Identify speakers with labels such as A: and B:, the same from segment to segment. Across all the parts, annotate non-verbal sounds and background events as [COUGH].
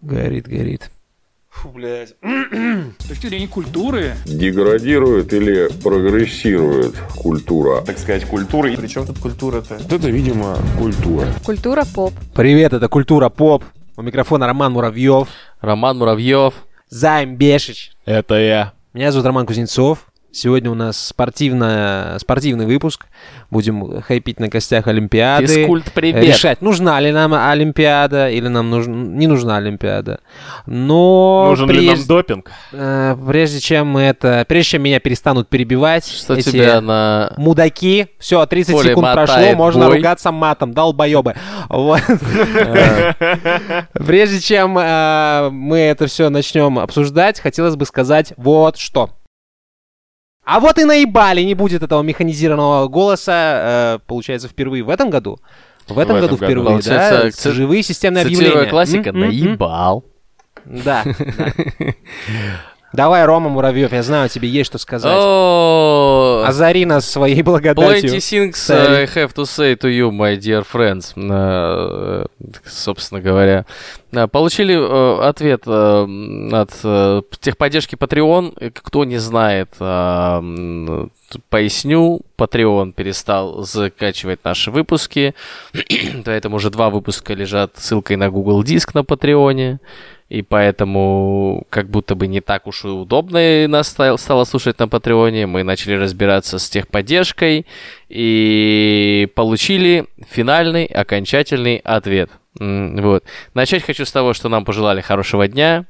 A: Горит, горит.
B: Фу, блядь.
C: С точки зрения культуры,
D: Деградирует или прогрессирует культура?
B: Так сказать, культуры.
E: Причем тут культура-то?
D: Вот это, видимо, культура.
F: Культура поп.
A: Привет, это Культура Поп. У микрофона Роман Муравьев.
E: Роман Муравьев.
A: Займ Бешич.
G: Это я.
A: Меня зовут Роман Кузнецов. Сегодня у нас спортивно, спортивный выпуск. Будем хайпить на костях Олимпиады.
E: Физкульт, привет.
A: Решать, нужна ли нам Олимпиада или нам нуж... не нужна Олимпиада. Но
G: Нужен ли нам
A: прежде...
G: допинг?
A: э, прежде чем это, прежде чем меня перестанут перебивать,
E: Что
A: эти
E: тебя на...
A: мудаки, все, 30
E: Поле
A: секунд
E: мотает
A: прошло, можно
E: бой.
A: ругаться матом, долбоебы. Вот. Прежде чем э, мы это все начнем обсуждать, хотелось бы сказать вот что. А вот и наебали, не будет этого механизированного голоса, э, получается, впервые в этом году. В этом
G: В
A: году
G: этом году.
A: впервые, да?
E: Получается, ци-
A: Живые системные
E: Цитируя
A: объявления.
E: классика,
A: М, м, м.
E: наебал.
A: Да. да. Давай, Рома Муравьев, я знаю, тебе есть что сказать.
E: О,
A: Озари нас своей
E: Plenty
A: благодатью.
E: things
A: Sorry.
E: I have to say to you, my dear friends. Э, э, Собственно говоря. Э, Получили э, ответ э, м, от э, техподдержки Patreon. Э, Кто не знает, э, м, т- поясню. Patreon перестал закачивать наши выпуски. [CLEARS THROAT] Поэтому уже два выпуска лежат ссылкой на Google Диск на Патреоне. И поэтому как будто бы не так уж и удобно и нас ста- стало слушать на Патреоне. Мы начали разбираться с техподдержкой и получили финальный, окончательный ответ. М, Вот. Начать хочу с того, что нам пожелали хорошего дня.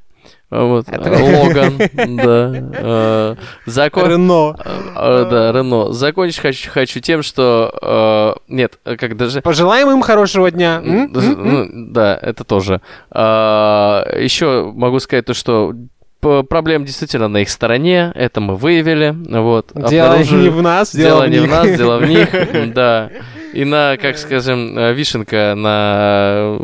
E: Вот. Логан, да. Э, Закон
A: Рено.
E: Э, э, Да, Рено. Закончить хочу, хочу тем, что... э, Нет, э, как даже...
A: Пожелаем им хорошего дня. М?
E: Даже,
A: М?
E: ну, Да, это тоже. А, Еще могу сказать то, что п- проблем действительно на их стороне, это мы выявили, вот.
A: Дело
E: обнаружили.
A: не в нас,
E: Дело
A: дело,
E: не в
A: них.
E: нас, дело
A: [LAUGHS]
E: в них, да. И на, как скажем, э, вишенка на...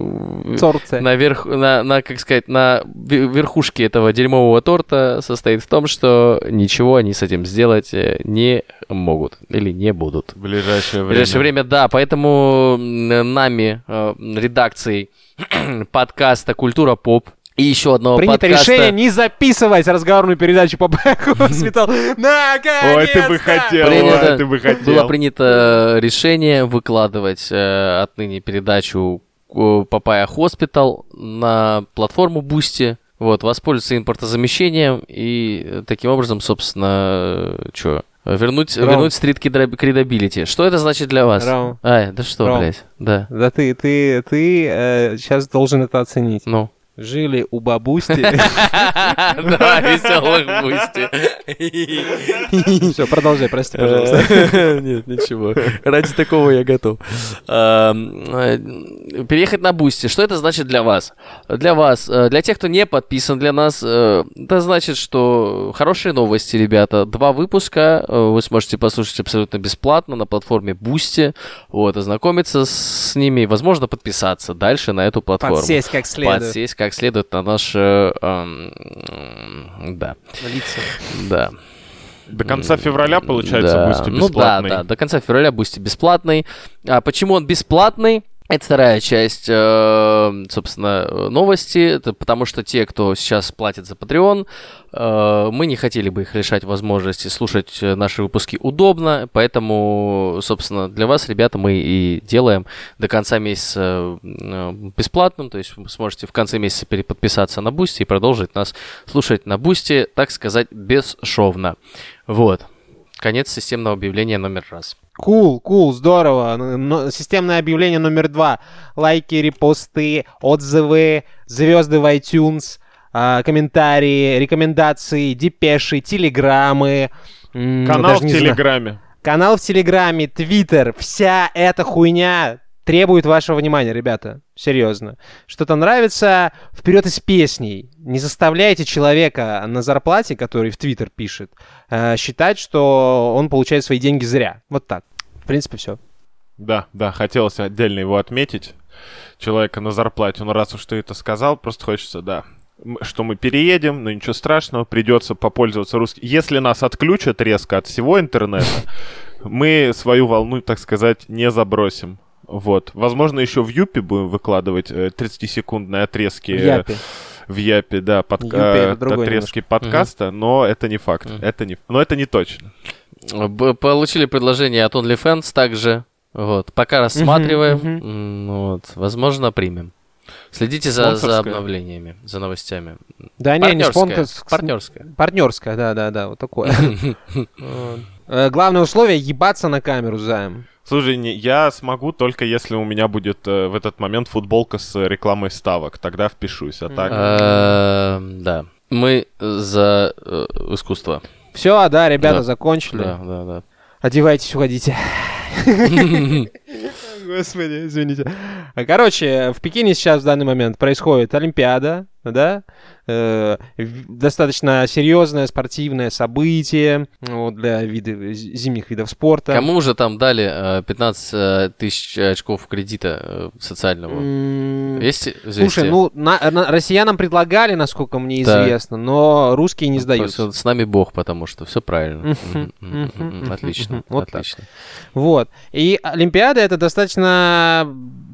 E: э,
A: Цорце.
E: на, верх, на, на, как сказать, на ве- верхушке этого дерьмового торта состоит в том, что ничего они с этим сделать э, не могут или не будут.
G: В ближайшее
E: В
G: время.
E: ближайшее время, да, поэтому м, нами, э, редакцией [CLEARS THROAT] подкаста «Культура поп» и еще одного
A: Принято
E: подкаста...
A: решение не записывать разговорную передачу по бэку с металл. Наконец-то!
G: Ой, ты бы хотел,
E: Блин,
G: ой,
E: это
G: ты бы
E: Было
G: хотел.
E: принято э, решение выкладывать э, отныне передачу э, Папая Хоспитал на платформу Бусти. Вот, воспользоваться импортозамещением и э, таким образом, собственно, что? Вернуть,
A: Ром.
E: вернуть стрит кредабилити. Что это значит для вас?
A: Ром.
E: Ай, да что,
A: Ром.
E: блядь, да.
A: Да ты, ты, ты сейчас должен это оценить.
G: [LAUGHS]
E: Ну. [LAUGHS]
A: Жили у бабусти.
E: Два веселых
G: [LAUGHS]
E: бусти.
A: Все, продолжай, прости, пожалуйста.
E: Э, Нет, ничего. Ради такого я готов. Эм, э, Переехать на Бусти. Что это значит для вас? Для вас, э, для тех, кто не подписан, для нас, э, это значит, что хорошие новости, ребята. Два выпуска э, вы сможете послушать абсолютно бесплатно на платформе Бусти. Вот, ознакомиться с ними, и, возможно, подписаться дальше на эту платформу.
A: Подсесть как следует.
E: Подсесть как следует на наше... эм, м, да,
A: Лица.
E: да.
G: До конца февраля, получается,
E: Да.
G: Бусти
E: Ну да,
G: бесплатный.
E: да, до конца февраля Бусти бесплатный. А почему он бесплатный? Это вторая часть, э, собственно, э, новости. Это потому что те, кто сейчас платит за Patreon, э, мы не хотели бы их лишать возможности слушать э, наши выпуски удобно. Поэтому, собственно, для вас, ребята, мы и делаем до конца месяца э, бесплатным. То есть вы сможете в конце месяца переподписаться на Бусти и продолжить нас слушать на Бусти, так сказать, бесшовно. Вот. Конец системного объявления номер раз.
A: Кул, кул, здорово. Но- но- системное объявление номер два. Лайки, репосты, отзывы, звезды в iTunes, а, комментарии, рекомендации, депеши, телеграммы. м,
G: Канал
A: Ну, даже
G: в
A: не знаю.
G: Телеграме.
A: Канал в Телеграме, Твиттер, вся эта хуйня требует вашего внимания, ребята. Серьезно. Что-то нравится, вперед из песней. Не заставляйте человека на зарплате, который в Твиттер пишет, э, считать, что он получает свои деньги зря. Вот так. В принципе, все.
G: Да, да, хотелось отдельно его отметить. Человека на зарплате. Ну, раз уж ты это сказал, просто хочется, да. М- Что мы переедем, но ничего страшного, придется попользоваться русским. Если нас отключат резко от всего интернета, [LAUGHS] мы свою волну, так сказать, не забросим. Вот. Возможно, еще в Юпи будем выкладывать э, 30-секундные отрезки э,
A: Япи.
G: в Япе, да, э,
A: Юпи это
G: подка...
A: другое
G: отрезки подкаста, но это не факт.
E: Мгм.
G: Это не... Но это не точно.
E: Б- Получили предложение от OnlyFans также. Вот, пока рассматриваем.
A: мгм.
E: М, Вот, возможно, примем. Следите за, за
G: Спонсорское.
E: обновлениями, за новостями.
A: Да А, не, не
E: Партнерское,
A: спонкас-
E: партнерское.
A: Партнерская, да-да-да, вот
E: [LAUGHS]
A: такое. Вот. Э, Главное условие — ебаться на камеру займ.
G: Слушай, не- я смогу только если у меня будет э, в этот момент футболка с э, рекламой ставок. Тогда впишусь, а так...
E: Эм, Да. Мы за э, искусство.
A: Все, да, ребята,
E: Да.
A: закончили.
E: Да, да, да.
A: Одевайтесь, уходите. [LAUGHS] Господи, извините. А, Короче, в Пекине сейчас в данный момент происходит Олимпиада, да? Э, в- достаточно серьезное спортивное событие вот, для видов, з- зимних видов спорта.
E: Кому же там дали э, 15 э, тысяч очков кредита э, социального?
A: М,
E: Есть известие?
A: Слушай, ну, на- на- россиянам предлагали, насколько мне
E: Да.
A: известно, но русские не сдаются.
E: Просто С нами Бог, потому что все правильно.
A: Мгм,
E: Мгм,
A: мгм,
E: мгм.
A: мгм,
E: Отлично,
A: мгм. Вот так.
E: отлично.
A: Вот. И Олимпиада это достаточно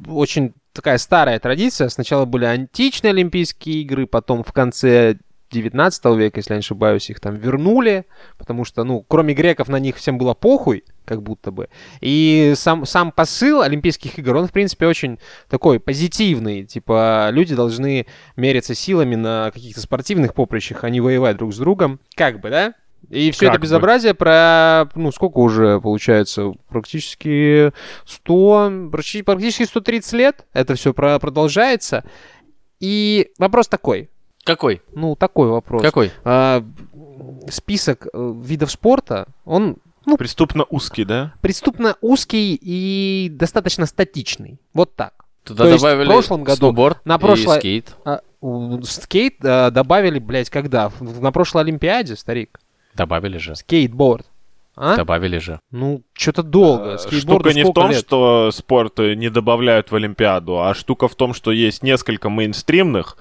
A: очень такая старая традиция. Сначала были античные Олимпийские игры, потом в конце 19 века, если я не ошибаюсь, их там вернули, потому что, ну, кроме греков, на них всем было похуй, как будто бы. И сам, сам посыл Олимпийских игр, он, в принципе, очень такой позитивный. Типа, люди должны мериться силами на каких-то спортивных поприщах, а не воевать друг с другом. Как бы, да? И все
G: Как
A: это
G: бы.
A: безобразие про, ну, сколько уже получается, практически 100, практи- практически 130 лет это все продолжается. И вопрос такой,
E: Какой?
A: ну, такой вопрос.
E: Какой?
A: А, список э, видов спорта, он
G: Преступно узкий, да?
A: преступно узкий и достаточно статичный. Вот так.
E: Туда
A: То есть в
E: добавили
A: прошлом году
E: сноуборд
A: на
E: и
A: прошлое-
E: скейт.
A: А, у- скейт э, добавили, блядь, когда? В- На прошлой Олимпиаде, старик?
E: Добавили же.
A: Скейтборд. А?
E: Добавили же.
A: Ну, что-то долго.
G: Э,
A: Скейтборду
G: штука не в
A: сколько
G: том,
A: лет?
G: что спорт э, не добавляют в Олимпиаду, а штука в том, что есть несколько мейнстримных,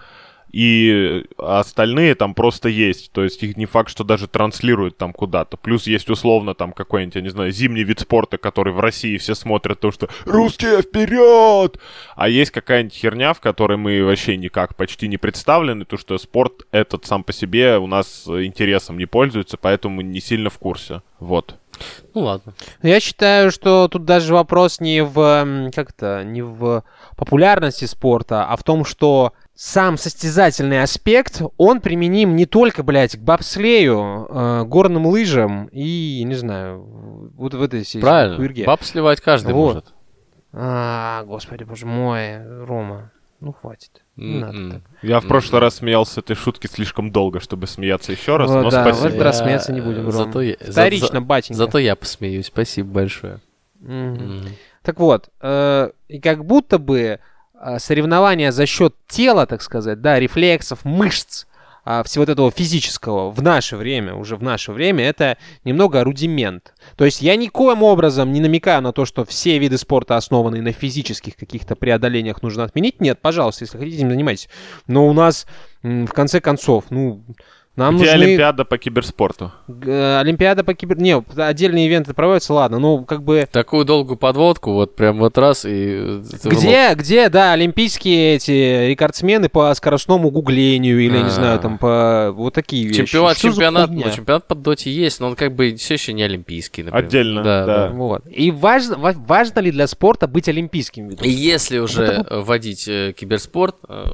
G: и остальные там просто есть. То есть их не факт, что даже транслируют там куда-то. Плюс есть условно там какой-нибудь, я не знаю, зимний вид спорта, который в России все смотрят, то что «Русские вперед!» А есть какая-нибудь херня, в которой мы вообще никак почти не представлены, то что спорт этот сам по себе у нас э, интересом не пользуется, поэтому мы не сильно в курсе. Вот.
E: Ну ладно.
A: Я считаю, что тут даже вопрос не в м, как это, не в популярности спорта, а в том, что сам состязательный аспект, он применим не только, блядь, к бобслею, э, горным лыжам и, не знаю, вот в этой всей
E: Правильно.
A: хуйрге.
E: Баб сливать каждый
A: Вот.
E: может.
A: А, господи, боже мой, Рома, ну хватит. Не надо
E: М-м.
A: так.
G: Я в
E: Мгм.
G: прошлый раз смеялся с этой шутки слишком долго, чтобы смеяться еще раз,
A: Вот,
G: но
A: да, в
G: спасибо.
A: этот раз смеяться не будем,
E: Э,
A: Ром.
E: Зато я, за-
A: Вторично,
E: за-
A: батенька.
E: зато я посмеюсь. Спасибо большое.
A: Мгм.
E: М.
A: Так вот, э, и как будто бы э, соревнования за счет тела, так сказать, да, рефлексов, мышц, а, всего вот этого физического в наше время, уже в наше время, это немного рудимент. То есть я никоим образом не намекаю на то, что все виды спорта, основанные на физических каких-то преодолениях, нужно отменить. Нет, пожалуйста, если хотите, им занимайтесь. Но у нас, м, в конце концов, ну, нам
G: Где
A: нужны...
G: Олимпиада по киберспорту?
A: Г- Олимпиада по кибер... Не, отдельные ивенты проводятся, ладно, ну, как бы...
E: Такую долгую подводку, вот прям вот раз и... э,
A: Где, где, да, олимпийские эти рекордсмены по скоростному гуглению или, я не знаю,
E: А.
A: там, по вот такие вещи.
E: Чемпионат,
A: Что за
E: чемпионат,
A: хуйня?
E: ну, чемпионат по доте есть, но он как бы все еще не олимпийский, например.
G: Отдельно,
E: Да,
G: да.
E: да.
A: Вот. И важно, ва- важно ли для спорта быть олимпийским? видом?
E: И если уже э, вводить э, киберспорт, э,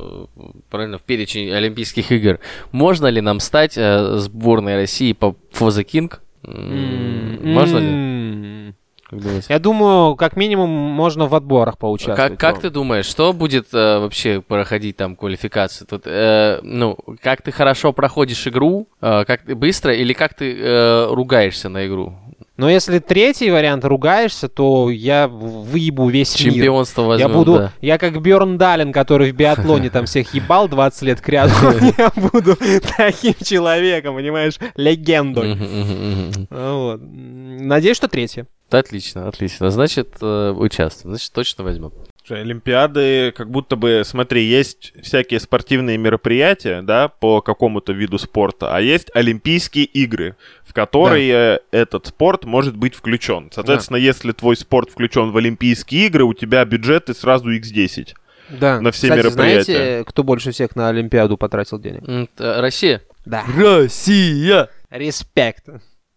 E: правильно, в перечень Олимпийских игр, можно ли нам стать э, сборной России по Фоза Кинг? М,
A: М,
E: Можно ли?
A: м.
E: Как думаете?
A: Я думаю, как минимум можно в отборах поучаствовать.
E: Как, как
A: Ром.
E: ты думаешь, что будет э, вообще проходить там квалификацию? Тут, э, ну, как ты хорошо проходишь игру, э, как ты быстро или как ты э, ругаешься на игру?
A: Но если третий вариант ругаешься, то я в- выебу весь мир.
E: Чемпионство возьмем,
A: я буду,
E: да.
A: я как Бёрн Далин, который в биатлоне там всех ебал 20 лет кряду, [LAUGHS] я буду таким человеком, понимаешь, легендой.
E: Мгм, мгм, мгм.
A: Ну вот. М, Надеюсь, что третье.
E: Да, Отлично, отлично. Значит, э, участвуем. Значит, точно возьмем.
G: Слушай, Олимпиады, как будто бы, смотри, есть всякие спортивные мероприятия, да, по какому-то виду спорта, а есть Олимпийские игры, в которые этот спорт может быть включен. Соответственно, если твой спорт включен в Олимпийские игры, у тебя бюджеты сразу x10.
A: Да.
G: На все
A: Кстати,
G: мероприятия.
A: знаете, кто больше всех на Олимпиаду потратил денег?
E: М, т- э, Россия.
A: Да.
E: Россия!
A: Респект.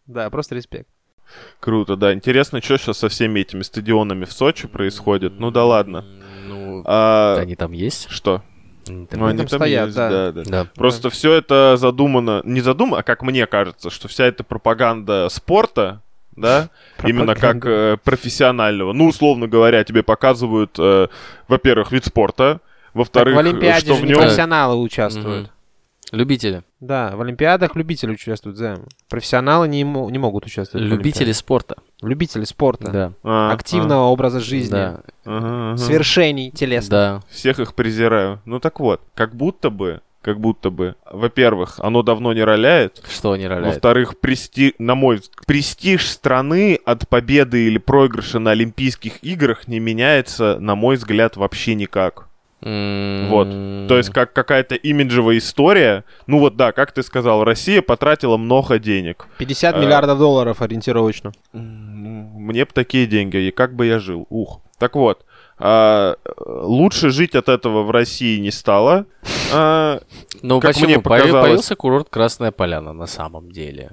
A: Да, просто респект.
G: Круто, да. Интересно, что сейчас со всеми этими стадионами в Сочи происходит. Ну да ладно.
E: Ну,
G: А,
E: они там есть.
G: Что?
E: Они там
G: Ну,
E: есть.
G: они
A: там
G: там
A: стоят,
G: есть,
A: да.
G: да, да.
E: Да.
G: Просто все это задумано, не задумано, а как мне кажется, что вся эта пропаганда спорта,
A: [LAUGHS]
G: да, именно как э, профессионального, ну, условно говоря, тебе показывают, э, во-первых, вид спорта,
A: Так
G: во-вторых,
A: в Олимпиаде
G: э, что
A: же
G: в а,
A: не
G: нем...
A: профессионалы участвуют.
E: Мгм. Любители.
A: Да, в Олимпиадах любители участвуют, да. Профессионалы не, мо- не могут участвовать. в
E: Любители
A: Олимпиаде.
E: спорта.
A: Любители спорта.
E: Да.
G: А,
A: Активного образа жизни.
E: Да.
G: а, ага, ага.
A: Свершений телесных.
E: Да.
G: Всех их презираю. Ну так вот, как будто бы, как будто бы, во-первых, оно давно не роляет,
E: Что они роляют?
G: Во-вторых, прести... на мой взгляд, престиж страны от победы или проигрыша на Олимпийских играх не меняется, на мой взгляд, вообще никак.
E: М-м-м.
G: Вот. То есть как какая-то имиджевая история. Ну вот да, как ты сказал, Россия потратила много денег.
A: 50
G: Э,
A: миллиардов долларов ориентировочно.
G: М, Мне бы такие деньги, и как бы я жил? Ух. Так вот, а, э, лучше жить от этого в России не стало. А,
E: Ну,
G: как
E: почему?
G: мне
E: Пое-
G: показалось-
E: Появился курорт Красная Поляна на самом деле.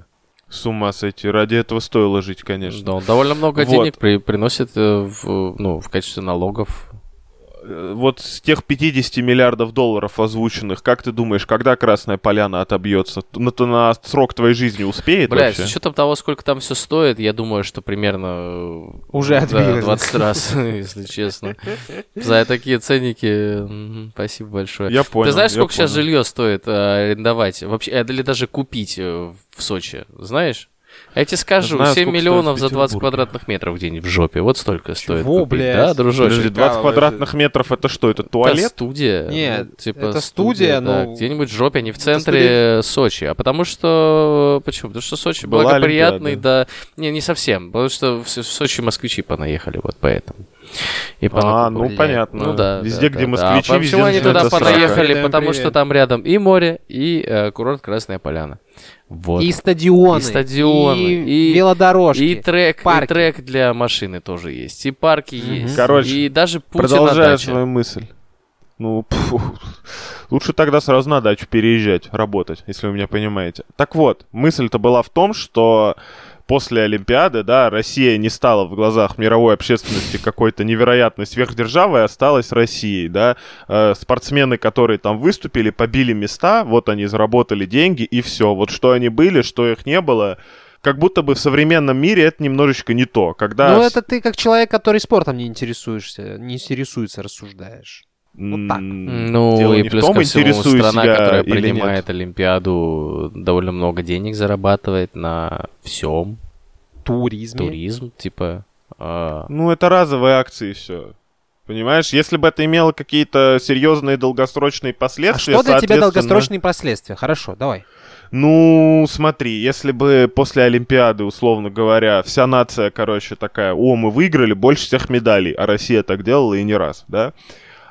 G: с ума сойти, ради этого стоило жить, конечно.
E: Да, он довольно много
G: Вот.
E: денег при- приносит э, в, ну, в качестве налогов.
G: Э, вот с тех 50 миллиардов долларов озвученных, как ты думаешь, когда Красная Поляна отобьется? Т- На, т- на срок твоей жизни успеет
E: Бля, с
G: вообще?
E: учетом того, сколько там все стоит, я думаю, что примерно... э,
A: Уже
E: да,
A: отбилось.
E: 20 раз, [LAUGHS] если честно. За такие ценники мгм, спасибо большое.
G: Я понял.
E: Ты знаешь,
G: я
E: сколько сейчас
G: понял.
E: жилье стоит э, арендовать? Вообще, э, или даже купить э, в Сочи, знаешь? Я тебе скажу, 7
G: знаю, сколько стоит в
E: миллионов за 20
G: Петербурге.
E: квадратных метров где-нибудь в жопе. Вот столько стоит.
A: Чего,
E: купить,
A: блядь?
E: Да, дружочек?
G: Подожди, 20 квадратных метров это что? Это
E: Это
G: туалет?
E: студия.
A: Нет,
E: ну, типа
A: это студия,
E: да,
A: ну,
E: где-нибудь в жопе, не в
A: студия.
E: центре Сочи. А потому что... Почему? Потому что Сочи
G: Была
E: благоприятный, да... Не, не совсем. Потому что в в Сочи москвичи понаехали, вот поэтому. И
G: А,
E: понапу-
G: ну
E: блядь.
G: понятно.
E: Ну да.
G: Везде,
E: да,
G: где
E: да,
G: москвичи,
E: да. А
G: везде
E: почему они туда
G: начинается срака.
E: понаехали?
A: Привет,
E: Потому
A: привет.
E: что там рядом и море, и э, курорт Красная Поляна. Вот.
A: И стадионы.
E: И стадионы,
A: И,
E: и-
A: велодорожки.
E: И трек, и
A: парки.
E: трек для машины тоже есть, и парки есть,
G: Короче,
E: и даже Путин на
G: Продолжаю
E: даче.
G: свою мысль. Ну, пфу. лучше тогда сразу на дачу переезжать, работать, если вы меня понимаете. Так вот, мысль-то была в том, что после Олимпиады, да, Россия не стала в глазах мировой общественности какой-то невероятной сверхдержавой, а осталась Россией, да. Э, спортсмены, которые там выступили, побили места, вот они заработали деньги, и все. Вот что они были, что их не было, как будто бы в современном мире это немножечко не то. Когда
A: Ну,
G: с-
A: это ты как человек, который спортом не интересуешься, не интересуется, рассуждаешь. Вот так.
G: М,
E: Ну,
G: дело
E: и
G: не в
E: плюс
G: том,
E: ко всему,
G: интересуюсь
E: страна,
G: я
E: которая
G: или нет.
E: принимает Олимпиаду, довольно много денег зарабатывает на всем.
A: Туризм.
E: Туризм, типа... а,
G: Ну, это разовые акции, все. Понимаешь, если бы это имело какие-то серьезные долгосрочные
A: А
G: последствия,
A: что для тебя
G: соответственно-
A: долгосрочные последствия? Хорошо, давай.
G: Ну, смотри, если бы после Олимпиады, условно говоря, вся нация, короче, такая, о, мы выиграли больше всех медалей, а Россия так делала и не раз, да?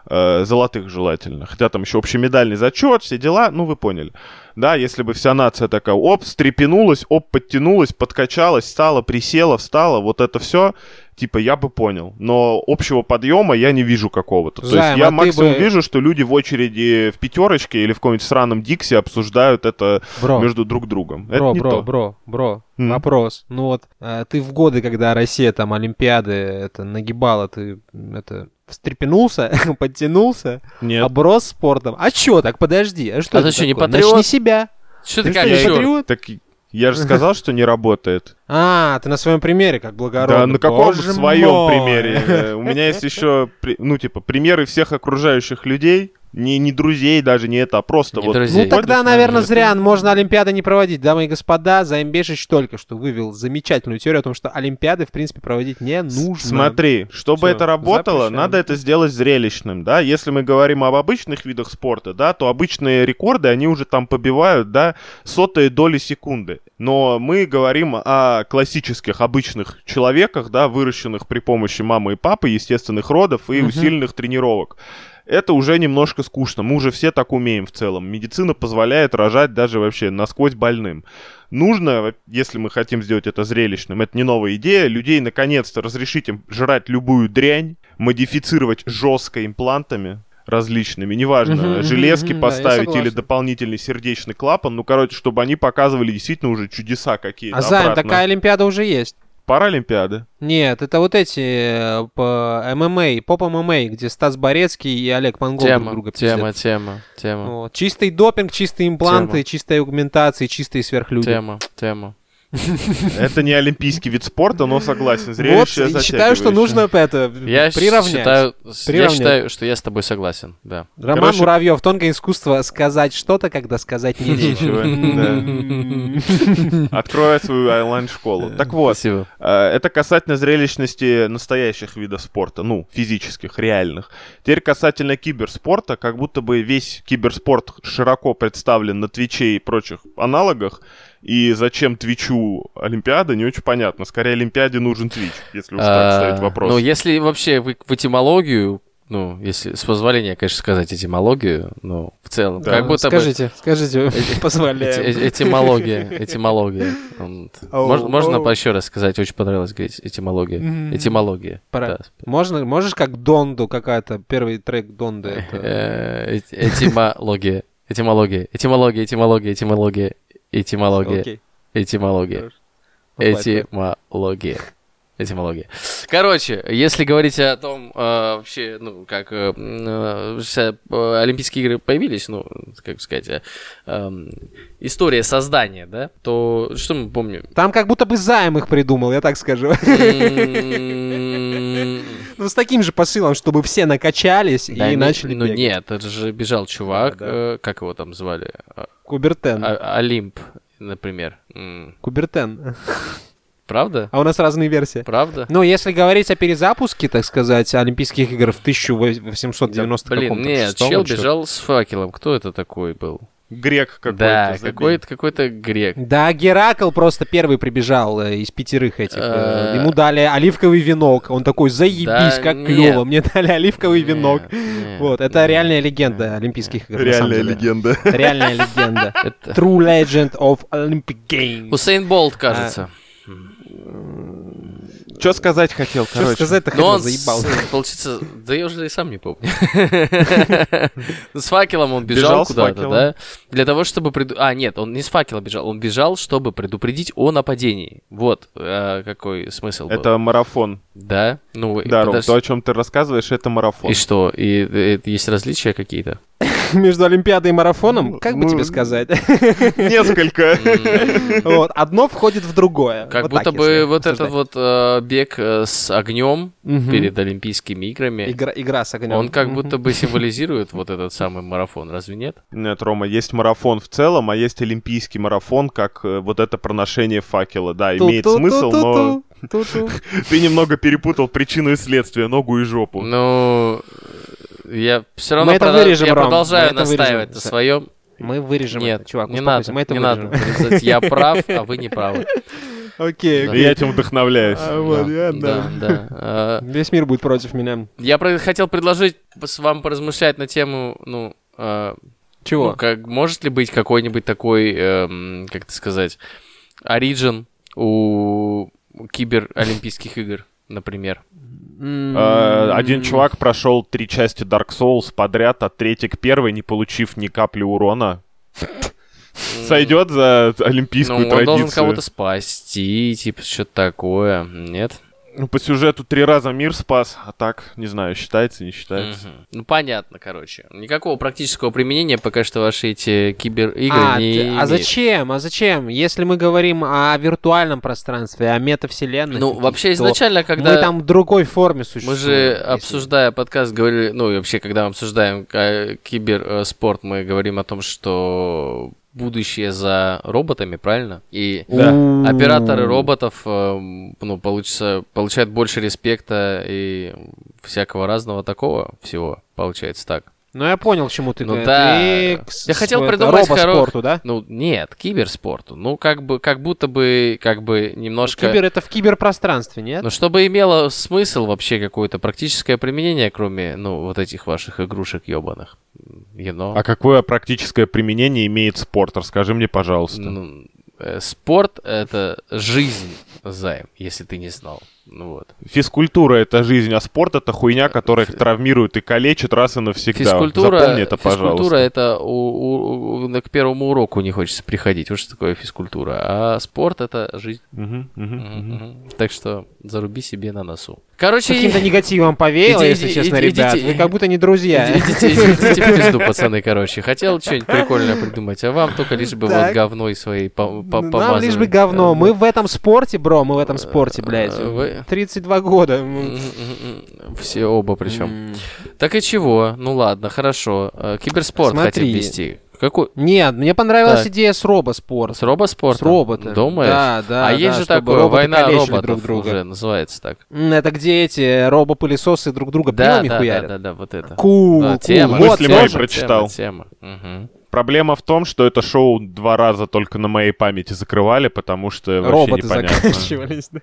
G: Э, золотых желательно. Хотя там еще общемедальный зачет, все дела, ну вы поняли. Да, если бы вся нация такая, оп, стрепенулась, оп, подтянулась, подкачалась, стала, присела, встала, вот это все, типа, я бы понял. Но общего подъема я не вижу какого-то. То
A: Займ,
G: есть я
A: а ты
G: максимум
A: бы-
G: вижу, что люди в очереди в пятерочке или в каком-нибудь сраном Диксе обсуждают это
A: Бро,
G: между друг другом. это
A: бро,
G: не
A: бро,
G: то.
A: бро, бро,
G: М.
A: Вопрос. Ну вот, э, ты в годы, когда Россия там Олимпиады это нагибала, ты м, это встрепенулся, [LAUGHS] подтянулся,
G: Нет.
A: оброс спортом. А чё так? Подожди, а что
E: А
A: это
E: ты чё, не
A: такое?
E: патриот?
A: Начни себя.
E: Чё
A: Ты
E: ты
A: что,
E: как
A: не
E: чёрт?
A: патриот?
G: Так я же сказал, что не работает.
A: А, ты на своем примере, как благородный.
G: Да, на каком
A: Боже
G: своем
A: мой. Ну,
G: примере? Э, У меня есть еще, при- ну, типа, примеры всех окружающих людей. Не, не друзей даже, не это, а просто
E: Не
G: вот...
E: друзей.
A: Ну
E: Здесь.
A: тогда,
G: Ходишь,
A: наверное,
G: смотришь.
A: зря можно Олимпиады не проводить. Дамы и господа, Займбешич только что вывел замечательную теорию о том, что Олимпиады, в принципе, проводить не нужно.
G: Смотри, чтобы
A: Всё,
G: это работало,
A: запрещаем.
G: надо это сделать зрелищным, да. Если мы говорим об обычных видах спорта, да, то обычные рекорды они уже там побивают, да, сотые доли секунды. Но мы говорим о классических обычных человеках, да, выращенных при помощи мамы и папы, естественных родов и
A: Мгм.
G: усиленных тренировок. Это уже немножко скучно. Мы уже все так умеем в целом. Медицина позволяет рожать даже вообще насквозь больным нужно, во- если мы хотим сделать это зрелищным, это не новая идея, людей наконец-то разрешить им жрать любую дрянь, модифицировать жестко имплантами, различными, неважно,
C: Мгм,
G: железки
C: мгм, да, я
G: поставить или
C: согласен.
G: дополнительный сердечный клапан, ну, короче, чтобы они показывали действительно уже чудеса какие-то
A: А Займ,
G: обратно.
A: такая Олимпиада уже есть.
G: Паралимпиады.
A: Нет, это вот эти э, по ММА, поп ММА, где Стас Борецкий и Олег Монгол друг
E: Тема,
A: друга
E: тема,
A: пиздят.
E: тема, тема,
A: Вот. Чистый допинг, чистые импланты,
E: Тема.
A: чистые аугментации, чистые сверхлюди.
E: тема, тема.
G: Это не олимпийский вид спорта, но согласен,
A: Вот,
G: зрелище
A: и считаю, что
G: затягивающее.
A: нужно это
E: Я
A: приравнять.
E: считаю, я
A: Приравнять.
E: считаю, что я с тобой согласен, да.
A: Роман
G: Короче-
A: Муравьев, тонкое искусство сказать что-то, когда сказать
E: [LAUGHS]
A: нечего.
G: Нечего, [LAUGHS] да. Открой свою онлайн-школу. Так вот,
E: Спасибо.
G: Э, Это касательно зрелищности настоящих видов спорта, ну, физических, реальных. Теперь касательно киберспорта, как будто бы весь киберспорт широко представлен на Твиче и прочих аналогах, и зачем Твичу Олимпиада, не очень понятно. Скорее, Олимпиаде нужен Твич, если уж так
E: А,
G: ставить вопрос.
E: Ну, если вообще в, в этимологию, ну, если с позволения, конечно, сказать этимологию, ну, в целом,
G: Да.
E: как будто бы
A: Скажите,
E: [LAUGHS]
A: скажите, [LAUGHS]
E: Эти-
A: позволяем.
E: э-
A: [LAUGHS]
E: Этимология, этимология. Вот.
A: Оу,
E: Мож- Можно
A: оу.
E: по еще раз сказать, очень понравилось говорить этимология.
A: Мгм.
E: Этимология.
A: Пора.
E: да.
A: Можно, можешь как Донду какая-то, первый трек Донды? это?
E: Э, э- Этимология. Этимология. Этимология, этимология, этимология, этимология,
A: Окей.
E: этимология,
A: Бывает, да.
E: этимология. Этимология. Короче, если говорить о том, э, вообще, ну, как э, м, э, вся, э, Олимпийские игры появились, ну, как бы сказать, э, эм, история создания, да, то что мы помним?
A: Там как будто бы займ их придумал, я так скажу. [LAUGHS]
E: М,
A: Ну, с таким же посылом, чтобы все накачались
E: М-м-м. да
A: [LAUGHS] и
E: не-
A: начали
E: Ну
A: бегать.
E: нет, это же бежал чувак,
A: Да, Эм. да.
E: э, как его там звали? А-
A: Кубертен.
E: А- Олимп, например. М,
A: Кубертен.
E: Правда?
A: А у нас разные версии.
E: Правда?
A: Ну, если говорить о перезапуске, так сказать, Олимпийских игр в 1890
E: Блин, нет, чел бежал с факелом. Кто это такой был?
G: Грек какой-то.
E: Да,
G: забей.
E: какой-то какой-то грек.
A: Да, Геракл просто первый прибежал э, из пятерых этих. э,
E: Э,
A: Ему дали оливковый венок. Он такой, заебись,
E: Да
A: как
E: нет.
A: клево. Мне дали оливковый
E: Не,
A: венок.
E: не,
A: [LAUGHS] Вот, это
E: не.
A: реальная легенда Олимпийских игр. на самом
G: Реальная
A: деле.
G: легенда.
A: [LAUGHS] Реальная легенда.
E: [LAUGHS] Это-
A: True Legend of Olympic Games.
E: Усейн Болт, кажется.
G: Что сказать хотел,
A: Что
G: короче?
A: сказать-то
E: Но
A: хотел,
E: ну он,
A: заебал. [LAUGHS]
E: с- получится, да я уже и сам не
G: [LAUGHS]
E: помню. С факелом он бежал
G: Бежал с
E: куда-то,
G: факелом.
E: да? Для того, чтобы... преду- А, нет, он не с факела бежал, он бежал, чтобы предупредить о нападении. Вот э, какой смысл был.
G: Это марафон.
E: Да? Ну, и
G: Да, Ром,
E: подожди.
G: то, о чем ты рассказываешь, это марафон.
E: И что? И, э, есть различия какие-то?
A: Между Олимпиадой и марафоном, как бы
G: Ну,
A: тебе сказать? [LAUGHS]
E: [LAUGHS]
G: Несколько.
A: Вот, одно входит в другое.
E: Как
A: Вот
E: будто
A: так,
E: бы
A: если
E: вот этот
A: рассуждать.
E: вот э, бег э, с огнем
A: Мгм.
E: перед Олимпийскими играми,
A: Игра, игра с огнем.
E: он как
A: Мгм.
E: будто бы символизирует вот этот самый марафон, разве нет?
G: Нет, Рома, есть марафон в целом, а есть олимпийский марафон, как э, вот это проношение факела. Да, имеет смысл, но [LAUGHS]
E: [LAUGHS]
A: Ту-ту.
G: ты немного перепутал причину и следствие, ногу и жопу.
E: Ну, я все равно
A: это
E: продо-
A: вырежем,
E: я
A: Ром, мы
E: продолжаю
A: это вырежем.
E: настаивать на своем.
A: Мы вырежем
E: Нет,
A: это, чувак,
E: не
A: успокойся,
E: надо,
A: мы это
E: не надо.
A: вырежем.
E: Сказать, Я прав, а вы не правы.
A: Окей,
E: Да.
G: И я этим вдохновляюсь.
A: А, [LAUGHS] вот, я-
E: да,
A: да. [LAUGHS]
E: да. А,
A: Весь мир будет против меня.
E: Я про- хотел предложить с вам поразмышлять на тему, ну, а, Ну,
A: Чего?
E: как, может ли быть какой-нибудь такой, эм, как это сказать, оригин у кибер-олимпийских игр, например? А,
G: Э, Один чувак прошел три части Dark Souls подряд, от третьей к первой, не получив ни капли урона. Сойдет за
E: Ну,
G: олимпийскую
E: он должен
G: традицию.
E: кого-то спасти, типа, что-то такое, нет?
G: Ну, По сюжету три раза мир спас, а так, не знаю, считается, не считается.
E: Мгм. Ну, понятно, короче. Никакого практического применения пока что ваши эти кибер-игры
A: А,
E: не
A: ты- а
E: имеют.
A: зачем? А зачем? Если мы говорим о виртуальном пространстве, о метавселенной,
E: Ну,
A: каких-то,
E: вообще,
A: то
E: изначально,
A: мы
E: когда...
A: там в другой форме
E: Мы
A: существуем.
E: же,
A: если-
E: обсуждая подкаст, говорили, ну и вообще, когда мы обсуждаем э, киберспорт, мы говорим о том, что будущее за роботами, правильно? И
G: Да.
A: У-у-у.
E: операторы роботов, эм, ну, получится, получают больше респекта и всякого разного такого всего, получается так.
A: Ну, я понял, к чему ты.
E: Ну
A: ты
E: да.
A: к с-
E: Я хотел
A: это,
E: придумать хоро-
A: робоспорту, да?
E: Ну, нет, киберспорту. Ну, как бы, как будто бы, как бы
G: Ну,
E: немножко...
A: Кибер это в киберпространстве, нет?
E: Ну, чтобы имело смысл вообще какое-то практическое применение, кроме, ну, вот этих ваших игрушек ебаных. You know?
G: А какое практическое применение имеет спорт? Расскажи мне, пожалуйста.
E: Ну, э, спорт — это жизнь, Займ, если ты не знал. Ну вот.
G: Физкультура — это жизнь, а спорт — это хуйня, которая их травмирует и калечит раз и навсегда.
E: Физкультура,
G: Запомни это,
E: физкультура
G: пожалуйста.
E: это у- у- у- на- к первому уроку не хочется приходить. Вот что такое физкультура. А спорт это жизнь.
G: Мгм, мгм, мгм.
E: Мгм. Так что заруби себе на носу. Короче, [LAUGHS]
A: Каким-то негативом повеяло,
E: иди-
A: если
E: иди-
A: честно,
E: иди-
A: ребят.
E: идите.
A: Вы как будто не друзья. [LAUGHS]
E: идите, идите- идите в пизду, пацаны, короче. Хотел что-нибудь прикольное придумать, а вам только лишь бы вот
A: Так.
E: говно и свои по- по-
A: Нам лишь бы
E: помазывать.
A: говно.
E: Э,
A: Мы в этом спорте, бро, мы в этом спорте, блядь.
E: Вы-
A: 32 года. М.
E: М-м-м. Все оба причем. Так и чего? Ну ладно, хорошо. Э, Киберспорт
A: Смотри.
E: хотим вести. Какой?
A: Нет, мне понравилась
E: Так.
A: идея с робоспорт.
E: С робоспортом?
A: С роботом.
E: Думаешь?
A: Да, да.
E: а
A: да,
E: есть же
A: чтобы
E: такое,
A: роботы
E: война
A: калечили
E: роботов
A: друг друга.
E: уже называется так.
A: М, Это где эти робопылесосы друг друга
E: Да,
A: пилами
E: да, да,
A: хуярят?
E: да, да, вот это.
A: Кул,
E: Да,
A: кул.
E: тема.
A: Вот,
G: Мысли мои
A: тоже.
G: прочитал.
E: Тема, тема. Мгм.
G: Проблема в том, что это шоу два раза только на моей памяти закрывали, потому что вообще
A: Роботы
G: непонятно.
A: заканчивались. да.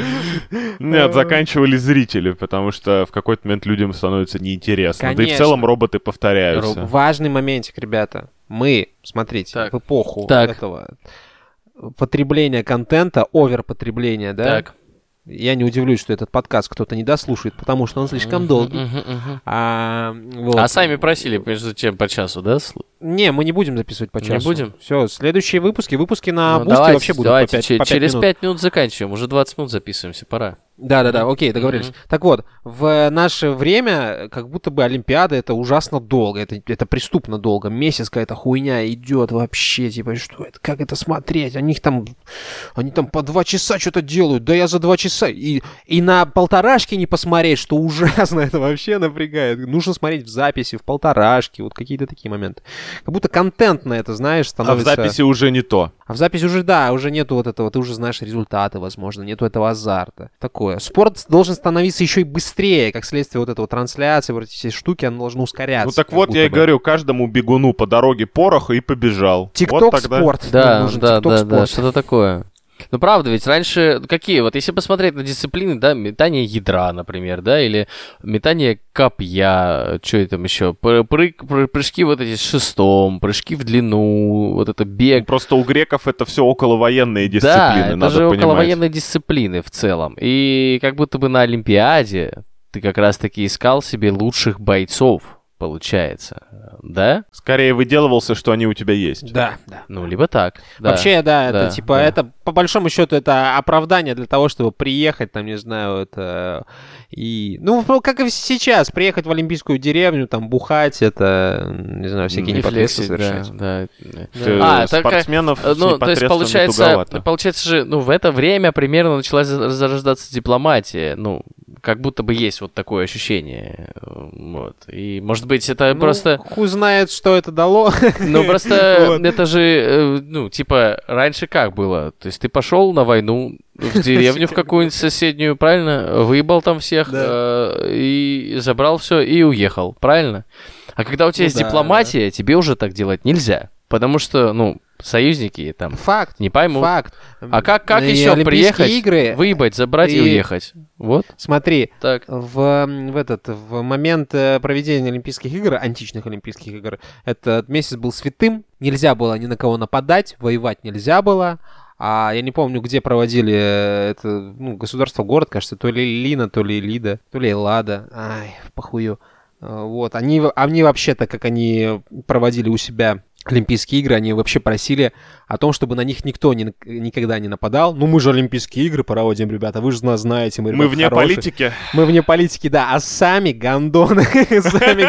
G: [LAUGHS] Нет, заканчивали зрители, потому что в какой-то момент людям становится неинтересно. Да и в
A: Конечно.
G: целом роботы повторяются.
A: Важный моментик, ребята. Мы, смотрите,
E: Так.
A: в эпоху
E: Так.
A: этого потребления контента, оверпотребления, да?
E: Так.
A: Я не удивлюсь, что этот подкаст кто-то не дослушает, потому что он слишком долгий.
E: Мгм, мгм.
A: А, вот.
E: А сами просили, между чем, по часу, да? слу-
A: Не, мы не будем записывать по
E: Не
A: часу.
E: будем?
A: Все, следующие выпуски, выпуски на
E: Ну,
A: бусте
E: давайте,
A: вообще будут
E: давайте,
A: по пять-
E: че-
A: по пять
E: через
A: минут.
E: 5 минут заканчиваем, уже 20 минут записываемся, пора.
A: Да, да, да, окей, договорились. Так вот, в наше время, как будто бы Олимпиада это ужасно долго, это, это преступно долго. Месяц какая-то хуйня идет вообще, типа, что это, как это смотреть? Они их там, они там по два часа что-то делают, да я за два часа. И, и на полторашке не посмотреть, что ужасно, [LAUGHS] это вообще напрягает. Нужно смотреть в записи, в полторашке, вот какие-то такие моменты. Как будто контентно это, знаешь,
G: А в
A: становится...
G: записи уже не то.
A: А в записи уже, да, уже нету вот этого, ты уже знаешь результаты, возможно, нету этого азарта. Такое. Спорт должен становиться еще и быстрее, как следствие вот этого трансляции, вот эти все штуки, оно должно ускоряться.
G: Ну так
A: как
G: вот,
A: будто
G: я и
A: бы.
G: говорю, каждому бегуну по дороге пороха и побежал. Вот тогда-
A: Тикток-спорт. нам
E: Да,
A: нужен
E: да, да, да,
A: тикток-спорт.
E: что-то такое. Ну, правда, ведь раньше ну, какие, вот если посмотреть на дисциплины, да, метание ядра, например, да, или метание копья, что там еще, пы- прыг- пры- прыжки вот эти с шестом, прыжки в длину, вот это бег,
G: Просто у греков это все околовоенные дисциплины,
E: да, это
G: надо
E: же
G: понимать.
E: околовоенной дисциплины в целом. И как будто бы на Олимпиаде ты как раз-таки искал себе лучших бойцов, получается, да?
G: Скорее выделывался, что они у тебя есть.
A: Да, да.
E: Ну, либо так. да.
A: Вообще, да, это
E: да,
A: типа,
E: да.
A: это по большому счету это оправдание для того, чтобы приехать, там, не знаю, это и. Ну, ну, как и сейчас, приехать в Олимпийскую деревню, там, бухать, это, не знаю, всякие
E: И
A: непотребства
E: флексить, да,
A: совершать.
E: да, да.
G: Ты
E: А, так, э,
G: спортсменов
E: Э,
G: с
E: Ну, то есть,
G: непосредственно
E: получается,
G: туговато.
E: получается же, ну, в это время примерно началась за- зарождаться дипломатия. Ну, как будто бы есть вот такое ощущение. э, Вот. И, может быть, это
A: Ну,
E: просто...
A: Хуй знает, что это дало. [LAUGHS]
E: Ну, просто
A: Вот.
E: это же, э, ну, типа, раньше как было? То есть ты пошел на войну в деревню в какую-нибудь соседнюю, правильно? Выебал там всех э, и забрал все и уехал, правильно? А когда у тебя
A: Ну
E: есть
A: да,
E: дипломатия, тебе уже так делать нельзя. Потому что, ну, союзники там
A: Факт.
E: не поймут.
A: Факт.
E: А как, как
A: Ну, И
E: еще
A: Олимпийские
E: приехать,
A: игры,
E: выебать, забрать и
A: и-
E: уехать? Вот
A: смотри,
E: так.
A: в, м, в этот, в момент э, проведения Олимпийских игр, античных Олимпийских игр, этот месяц был святым, нельзя было ни на кого нападать, воевать нельзя было. А я не помню, где проводили э, это, ну, государство, город, кажется, то ли Лина, то ли Лида, то ли Эллада. Ай, похую. Э, Вот, они, в- они вообще-то, как они проводили у себя Олимпийские игры, они вообще просили о том, чтобы на них никто не, нак- никогда не нападал. Ну, мы же Олимпийские игры проводим, ребята, вы же нас знаете, мы,
G: Мы
A: ребята,
G: вне
A: хорошие. [LAUGHS]
G: политики.
A: Мы вне политики, да, а сами гондоны, [LAUGHS] сами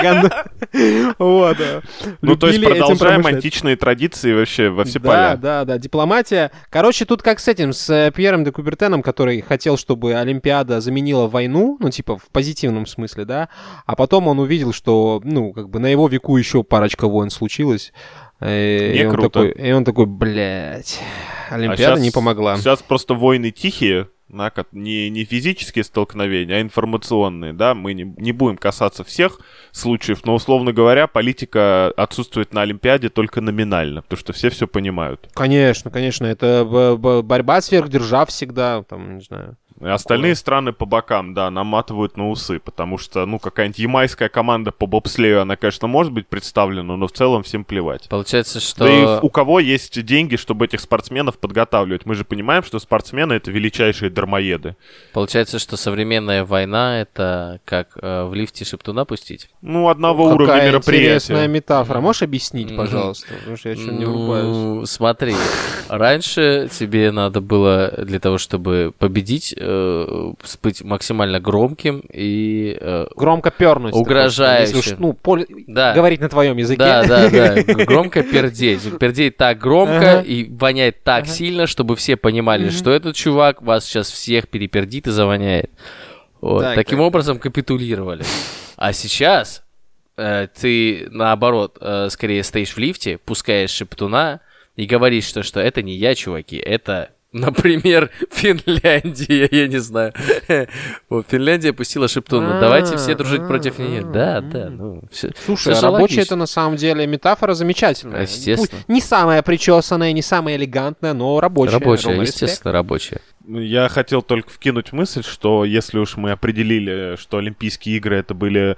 A: гондоны. Вот. да.
G: Ну, то есть
A: Любили этим
G: продолжаем
A: промышлять.
G: античные традиции вообще во все
A: да,
G: поля.
A: Да, да, дипломатия. Короче, тут как с этим, с э, Пьером де Кубертеном, который хотел, чтобы Олимпиада заменила войну, ну, типа, в позитивном смысле, да, а потом он увидел, что, ну, как бы на его веку еще парочка войн случилась. Э,
G: Не
A: и он
G: круто.
A: Такой, и он такой, блядь, Олимпиада не помогла.
G: Сейчас просто войны тихие, на ко- не, не физические столкновения, а информационные, да, мы не, не будем касаться всех случаев, но, условно говоря, политика отсутствует на Олимпиаде только номинально, потому что все все понимают.
A: Конечно, конечно, это б- б- борьба сверхдержав всегда, там, не знаю.
G: И Остальные страны по бокам, да, наматывают на усы, потому что, ну, какая-нибудь ямайская команда по бобслею, она, конечно, может быть представлена, но в целом всем плевать.
E: Получается, что...
G: Да и у кого есть деньги, чтобы этих спортсменов подготавливать? Мы же понимаем, что спортсмены — это величайшие дармоеды.
E: Получается, что современная война это как э, в лифте шептуна пустить.
G: Ну, одного уровня
A: Какая интересная
G: мероприятия.
A: метафора. Можешь объяснить,
E: Мгм.
A: пожалуйста? Потому что я еще не врубаюсь.
E: Ну, смотри, раньше тебе надо было для того, чтобы победить, э, быть максимально громким и э,
A: Громко пернуть. ты
E: Угрожающе.
A: хочешь, если уж, ну, поль-
E: да.
A: говорить на твоем языке.
E: Да, да, да. Г- Громко пердеть. Пердеть так громко
A: Ага.
E: и вонять так
A: Ага.
E: сильно, чтобы все понимали,
A: Мгм.
E: что этот чувак вас сейчас всех перепердит и завоняет. Вот.
A: Так,
E: Таким
A: так.
E: образом капитулировали. А сейчас э, ты, наоборот, э, скорее стоишь в лифте, пускаешь шептуна и говоришь, что, что это не я, чуваки, это Например, [LAUGHS] Финляндия, я не знаю. [LAUGHS] Вот, Финляндия пустила шептуна. Давайте все
A: А,
E: дружить
A: а,
E: против нее.
A: а,
E: Да,
A: м.
E: да, ну, все,
A: [LAUGHS] Слушай,
E: Всё
A: а
E: же
A: рабочая
E: логично.
A: это на самом деле метафора замечательная.
E: Естественно.
A: Пусть не самая причесанная, не самая элегантная, но рабочая.
E: Рабочая,
A: Рома, респект.
E: естественно, рабочая.
G: Я хотел только вкинуть мысль, что если уж мы определили, что Олимпийские игры это были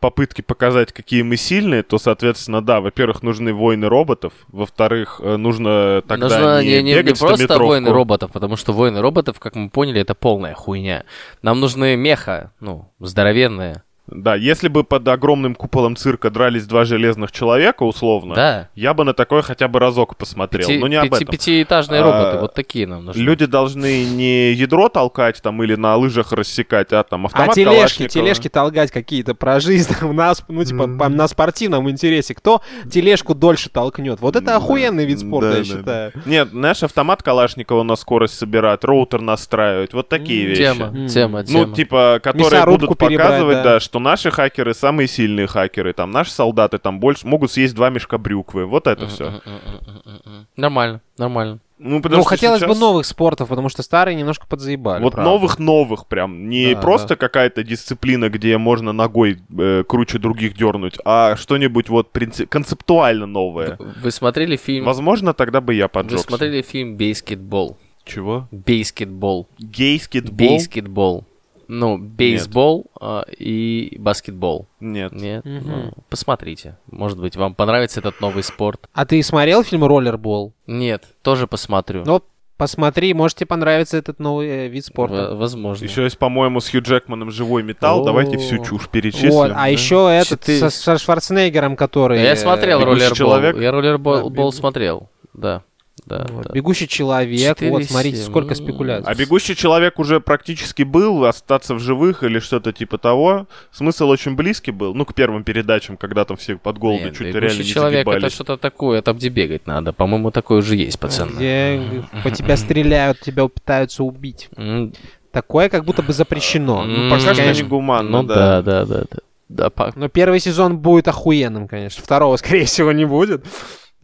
G: попытки показать, какие мы сильные, то, соответственно, да, во-первых, нужны войны роботов, во-вторых, э, нужно тогда
E: Нужно
G: не,
E: не, не- не
G: бегать
E: просто
G: 100-метровку.
E: войны роботов, потому что войны роботов, как мы поняли, это полная хуйня. Нам нужны меха, ну, здоровенные.
G: Да, если бы под огромным куполом цирка дрались два железных человека, условно,
E: Да.
G: я бы на такое хотя бы разок посмотрел,
E: Пяти-
G: но Ну, не об
E: пяти-
G: этом.
E: Пятиэтажные
G: А,
E: роботы, вот такие нам нужны.
G: Люди должны не ядро толкать там или на лыжах рассекать, а там
A: А
G: автомат
A: тележки,
G: Калашникова.
A: тележки толгать какие-то про жизнь [LAUGHS] там, на, сп- ну, типа, по- на спортивном интересе. Кто тележку дольше толкнет? Вот это
G: Да.
A: охуенный вид спорта,
G: Да,
A: я
G: да,
A: считаю.
G: Нет, знаешь, автомат Калашникова на скорость собирать, роутер настраивать, вот такие вещи.
E: Тема,
A: М.
E: тема,
G: Ну,
E: тема.
G: типа, которые
A: Мясорубку
G: будут
A: перебрать,
G: показывать,
A: да.
G: да, что наши хакеры самые сильные хакеры, там наши солдаты там больше могут съесть два мешка брюквы, вот это
A: М-м-м.
G: все.
E: М-м-м-м-м-м. Нормально, нормально.
G: Ну, потому
A: Ну,
G: что
A: хотелось бы
G: сейчас
A: новых спортов, потому что старые немножко подзаебали.
G: Вот
A: правда.
G: новых-новых прям, не
A: Да,
G: просто какая-то дисциплина, где можно ногой э, круче других дернуть, а что-нибудь вот принцип- концептуально новое.
E: Вы смотрели фильм...
G: Возможно, тогда бы я
E: Вы
G: поджег.
E: смотрели фильм «Бейскетбол»?
G: Чего?
E: «Бейскетбол».
G: Гейскетбол?
E: «Бейскетбол». Ну, бейсбол а, и баскетбол.
G: Нет.
E: Нет?
A: Мгм.
E: Ну, посмотрите. Может быть, вам понравится этот новый спорт.
A: А ты смотрел фильм «Роллербол»?
E: Нет, тоже посмотрю.
A: Ну, посмотри, может тебе понравится этот новый э, вид спорта.
E: В- возможно.
G: Еще есть, по-моему, с Хью Джекманом живой металл.
A: О.
G: Давайте всю чушь перечислим.
A: Вот, а
G: да?
A: еще этот
E: Четыре.
A: со, со Шварценеггером, который...
E: я
A: э,
E: смотрел
G: «Бегущий
E: роллербол.
G: человек».
E: Я роллербол
A: Да, «Бегу».
E: смотрел. Да. Да,
A: вот,
E: да.
A: э, Бегущий человек.
E: Четыре,
A: Вот, смотрите,
E: семь.
A: сколько спекуляций.
G: А бегущий человек уже практически был, остаться в живых или что-то типа того. Смысл очень близкий был. Ну, к первым передачам, когда там все под голоду
E: Блин,
G: чуть
E: «Бегущий
G: реально не
E: человек это
G: загибались.
E: что-то такое, там где бегать надо. По-моему, такое уже есть, пацаны.
A: Где э, по тебя стреляют, тебя пытаются убить.
E: М,
A: Такое как будто бы запрещено.
E: М,
A: просто,
G: Пока что
A: конечно,
G: не гуманно,
E: Ну да, да, да, да. Да, па-
A: Но первый сезон будет охуенным, конечно. Второго, [LAUGHS] скорее всего, не будет.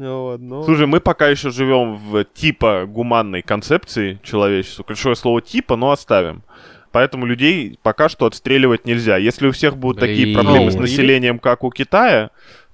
A: Ну вот, ну.
G: Слушай, мы пока еще живем в типа гуманной концепции человечества. Ключевое слово типа, но оставим. Поэтому людей пока что отстреливать нельзя. Если у всех будут такие
E: Блин.
G: проблемы с
E: Ну,
G: населением, как у Китая,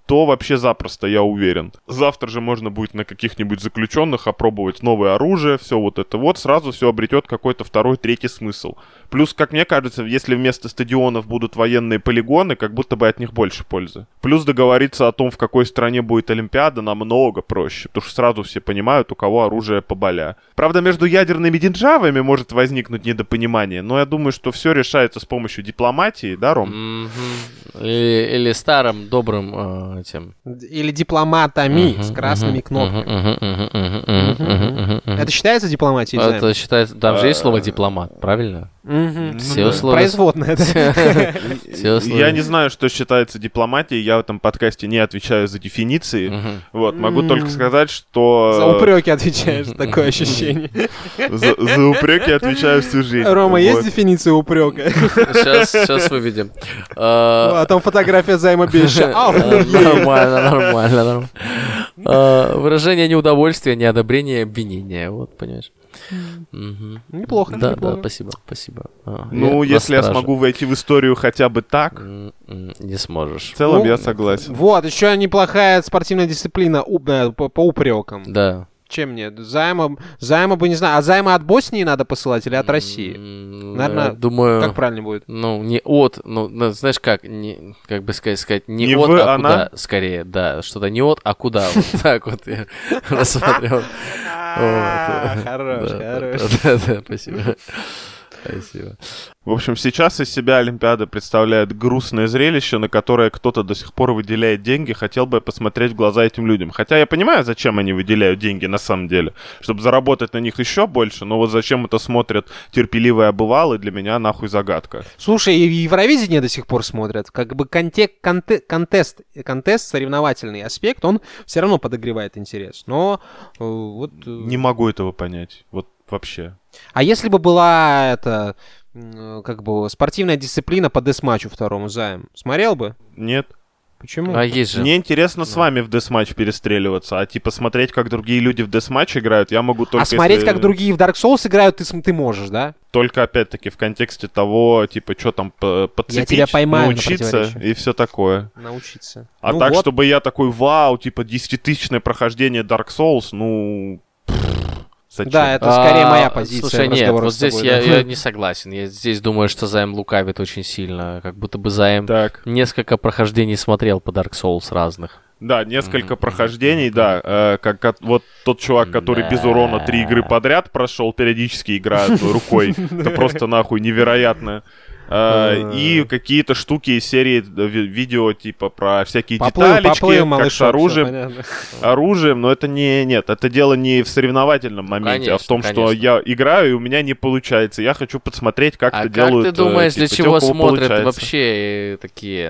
G: то вообще запросто, я уверен. Завтра же можно будет на каких-нибудь заключенных опробовать новое оружие, все вот это вот, сразу все обретет какой-то второй, третий смысл. Плюс, как мне кажется, если вместо стадионов будут военные полигоны, как будто бы от них больше пользы. Плюс договориться о том, в какой стране будет Олимпиада, намного проще, потому что сразу все понимают, у кого оружие поболя. Правда, между ядерными державами может возникнуть недопонимание, но я думаю, что все решается с помощью дипломатии, да, Ром?
E: Мгм. Или, или старым добрым э, этим.
A: Или дипломатами с красными кнопками. Это А, считается дипломатией? не
E: Это считается, там же есть слово дипломат, правильно?
A: знаю? Мгм.
E: Все условия.
A: Производное, да.
E: Все
G: Я не знаю, что считается дипломатией, я в этом подкасте не отвечаю за дефиниции. Вот, могу
A: М.
G: только сказать, что...
A: За
E: Э,
A: упреки
E: [LAUGHS]
A: отвечаешь, такое ощущение.
G: За, за упреки отвечаю всю жизнь.
A: Рома,
G: Вот.
A: есть дефиниция упрека?
E: Сейчас, сейчас выведем.
A: [LAUGHS] А
E: А,
A: там фотография займа
E: [LAUGHS]
A: Бейша.
E: а, Нормально, нормально, нормально. А, Выражение неудовольствия, неодобрения, обвинения. Вот, понимаешь? Мгм.
A: Неплохо,
E: Да, да,
A: неплохо.
E: спасибо, спасибо. А,
G: Ну,
E: на
G: если я
E: страже.
G: смогу войти в историю хотя бы так,
E: М, м, Не сможешь.
G: в целом
A: Ну,
G: я согласен.
A: Вот, еще неплохая спортивная дисциплина уп- э, по по упрекам.
E: Да.
A: Чем нет? Займа, займа бы не знаю. А займа от Боснии надо посылать или от России? Наверное,
E: Наверное, М-м, думаю...
A: Как правильно будет?
E: Ну, не от, ну, на- знаешь как, не, как бы сказать, сказать не,
G: Не
E: от,
G: вы,
E: а
G: она?
E: куда, скорее, да, что-то не от, а куда, [LAUGHS] вот так вот я рассмотрел.
A: А,
E: Вот.
A: [LAUGHS] Хорош,
E: Да,
A: хорош.
E: [LAUGHS] да, да, спасибо. Спасибо.
G: В общем, сейчас из себя Олимпиада представляет грустное зрелище, на которое кто-то до сих пор выделяет деньги. Хотел бы я посмотреть в глаза этим людям. Хотя я понимаю, зачем они выделяют деньги на самом деле. Чтобы заработать на них еще больше, но вот зачем это смотрят терпеливые обывалы, для меня нахуй загадка.
A: Слушай, и Евровидение до сих пор смотрят. Как бы контек, конте- контест, контест, соревновательный аспект, он все равно подогревает интерес. Но э, вот... э,
G: Не могу этого понять. Вот вообще.
A: А если бы была это м, э, как бы спортивная дисциплина по десматчу второму займ, смотрел бы?
G: Нет.
A: Почему?
E: А есть же.
G: Мне интересно с вами в десматч перестреливаться, а типа смотреть, как другие люди в десматч играют, я могу только...
A: а смотреть,
G: если-
A: как другие в Dark Souls играют, ты, см- ты можешь, да?
G: Только, опять-таки, в контексте того, типа, что там п- подцепить,
A: тебя поймаю на
G: научиться
A: противоречии.
G: и все такое.
A: Научиться.
G: А
A: Ну
G: так,
A: вот.
G: чтобы я такой, вау, типа, десятитысячное прохождение Dark Souls, ну... пф, Зачем?
A: Да, это
E: А,
A: скорее моя позиция.
E: Слушай,
A: в
E: нет,
A: разговорах
E: вот
A: с
E: здесь
A: тобой,
E: я,
A: да. [LAUGHS]
E: я не согласен. Я здесь думаю, что Займ лукавит очень сильно. Как будто бы Займ
G: Так.
E: несколько прохождений смотрел по Dark Souls разных.
G: Да, несколько
E: Мгм,
G: прохождений,
E: мгм,
G: да. э, как от- вот тот чувак, который без
E: Да.
G: урона три игры подряд прошел,
A: [LAUGHS]
G: периодически играет рукой. Это просто нахуй невероятно. Э, И какие-то штуки из серии э, ви- видео, типа, про всякие
A: Поплыл, поплыл,
G: деталечки, как
A: малышок,
G: с
A: всё
G: оружием.
A: понятно.
G: оружием, но это не... Нет, это дело не в соревновательном моменте, а в
E: конечно,
G: том, что
E: конечно.
G: я играю, и у меня не получается. Я хочу посмотреть, как
E: а
G: это
E: как
G: делают...
E: ты
G: э,
E: думаешь, для
G: типа, те,
E: чего
G: у кого
E: смотрят
G: получается.
E: вообще э, такие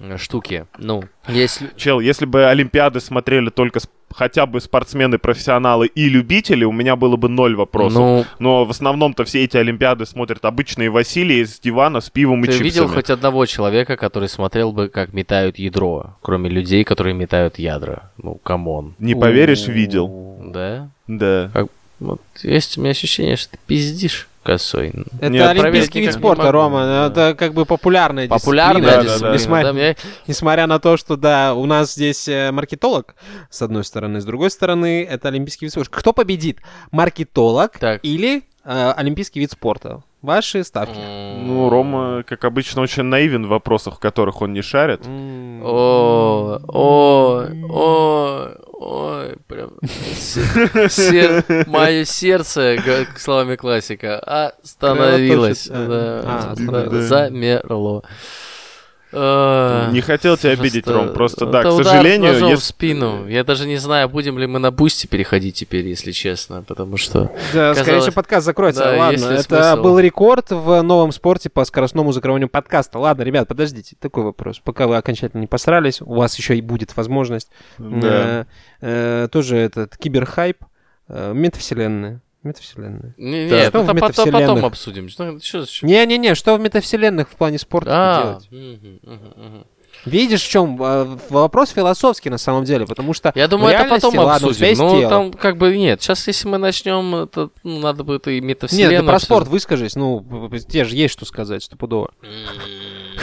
E: м, штуки? Ну, если...
G: Чел, если бы Олимпиады смотрели только с- хотя бы спортсмены, профессионалы и любители, у меня было бы ноль вопросов.
E: Ну,
G: Но в основном-то все эти Олимпиады смотрят обычные Василии с дивана с пивом и
E: ты
G: чипсами.
E: видел хоть одного человека, который смотрел бы, как метают ядро, кроме людей, которые метают ядра? Ну, камон.
G: Не поверишь, видел.
E: Да?
G: Да.
E: Вот есть у меня ощущение, что ты пиздишь косой.
A: Это
G: Нет,
E: проверить
A: олимпийский
E: никак
A: вид
E: не
A: спорта,
E: могу,
A: Рома.
E: да.
A: Это как бы популярная
E: Популярная
G: Да,
A: дисциплина.
E: дисциплина.
A: Несмотря-
E: да, мне-
A: Несмотря на то, что, да, у нас здесь э, маркетолог, с одной стороны, с другой стороны, это олимпийский вид спорта. Кто победит? Маркетолог
E: Так.
A: или э, олимпийский вид спорта? Ваши ставки.
G: Ну, Рома, как обычно, очень наивен в вопросах, в которых он не шарит.
A: М.
E: О, о, о, ой, прям се- сер- мое сердце, г- словами классика, остановилось,
A: Кровоточит, а.
E: да,
A: А,
E: да,
A: остановилось.
E: замерло. А,
G: Не хотел тебя
E: просто-
G: обидеть, Ром, просто да,
E: это
G: к
E: удар
G: сожалению,
E: ножом в
G: если-
E: спину. Я даже не знаю, будем ли мы на бусте переходить теперь, если честно, потому что
A: Да, скорее
E: казалось-
A: всего, подкаст закроется.
E: Да,
A: Ладно,
E: есть ли
A: это
E: смысл?
A: был рекорд в новом спорте по скоростному закрыванию подкаста. Ладно, ребят, подождите, такой вопрос. Пока вы окончательно не посрались, у вас еще и будет возможность.
G: Да.
A: Э, э, тоже этот киберхайп. Э, метавселенная. Метавселенная.
E: Не-
A: Да. Что
E: Нет, это
A: в
E: потом,
A: метавселенных?
E: потом обсудим. Что, что, что?
A: Не-не-не, что в метавселенных в плане спорта
E: А,
A: делать?
E: мгм, мгм, мгм.
A: Видишь, в чем э, вопрос философский на самом деле, потому что
E: Я думаю,
A: в
E: это
A: реальности,
E: потом
A: ладно, у тебя
E: обсудим.
A: есть
E: Ну,
A: тело.
E: там как бы нет. Сейчас, если мы начнем, это ну, надо будет и
A: Нет,
E: метавселенную...
A: ты про
E: обсуждать.
A: спорт выскажись, ну, б- б- тебе же есть что сказать, стопудово.
E: М,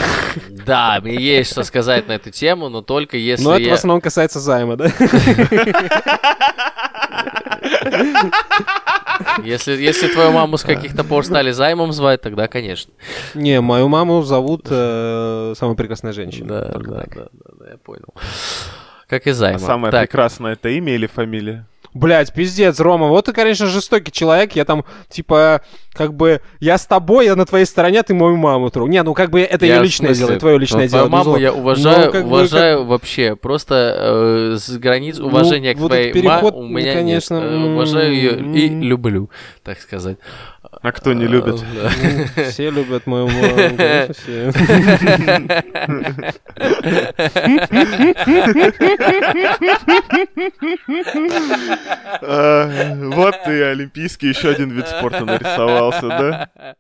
E: Да, мне есть что сказать на эту тему, но только если
A: Но это в
E: я...
A: основном касается займа, да?
E: Если, если твою маму с каких-то пор стали займом звать, тогда, конечно.
A: Не, мою маму зовут э, самая прекрасная женщина.
E: Да,
A: Только
E: да,
A: так.
E: да, да, да, я понял. Как и
G: А
E: займа.
G: самое
E: так,
G: прекрасное это имя или фамилия?
A: Блять, пиздец, Рома, вот ты, конечно, жестокий человек. Я там, типа, как бы, я с тобой, я на твоей стороне, ты мою маму тру. Не, ну как бы это
E: Я
A: ее
E: в
A: личное
E: смысле?
A: дело, твое личное
E: ну,
A: дело.
E: Твою маму
A: безусловно.
E: я уважаю,
A: Ну, как бы,
E: уважаю вообще. Просто э, с границ
A: Ну,
E: уважения к
A: вот
E: твоей
A: этот переход,
E: маме у
A: ну,
E: меня
A: конечно,
E: нет. Э, Уважаю ее и
A: м.
E: люблю, так сказать.
G: А кто
E: Э,
G: не любит?
E: Да.
A: Ну, Все любят мою маму,
E: [LAUGHS]
A: конечно, все. [LAUGHS]
E: [LAUGHS]
G: А, Вот ты, олимпийский, еще один вид спорта нарисовался, да?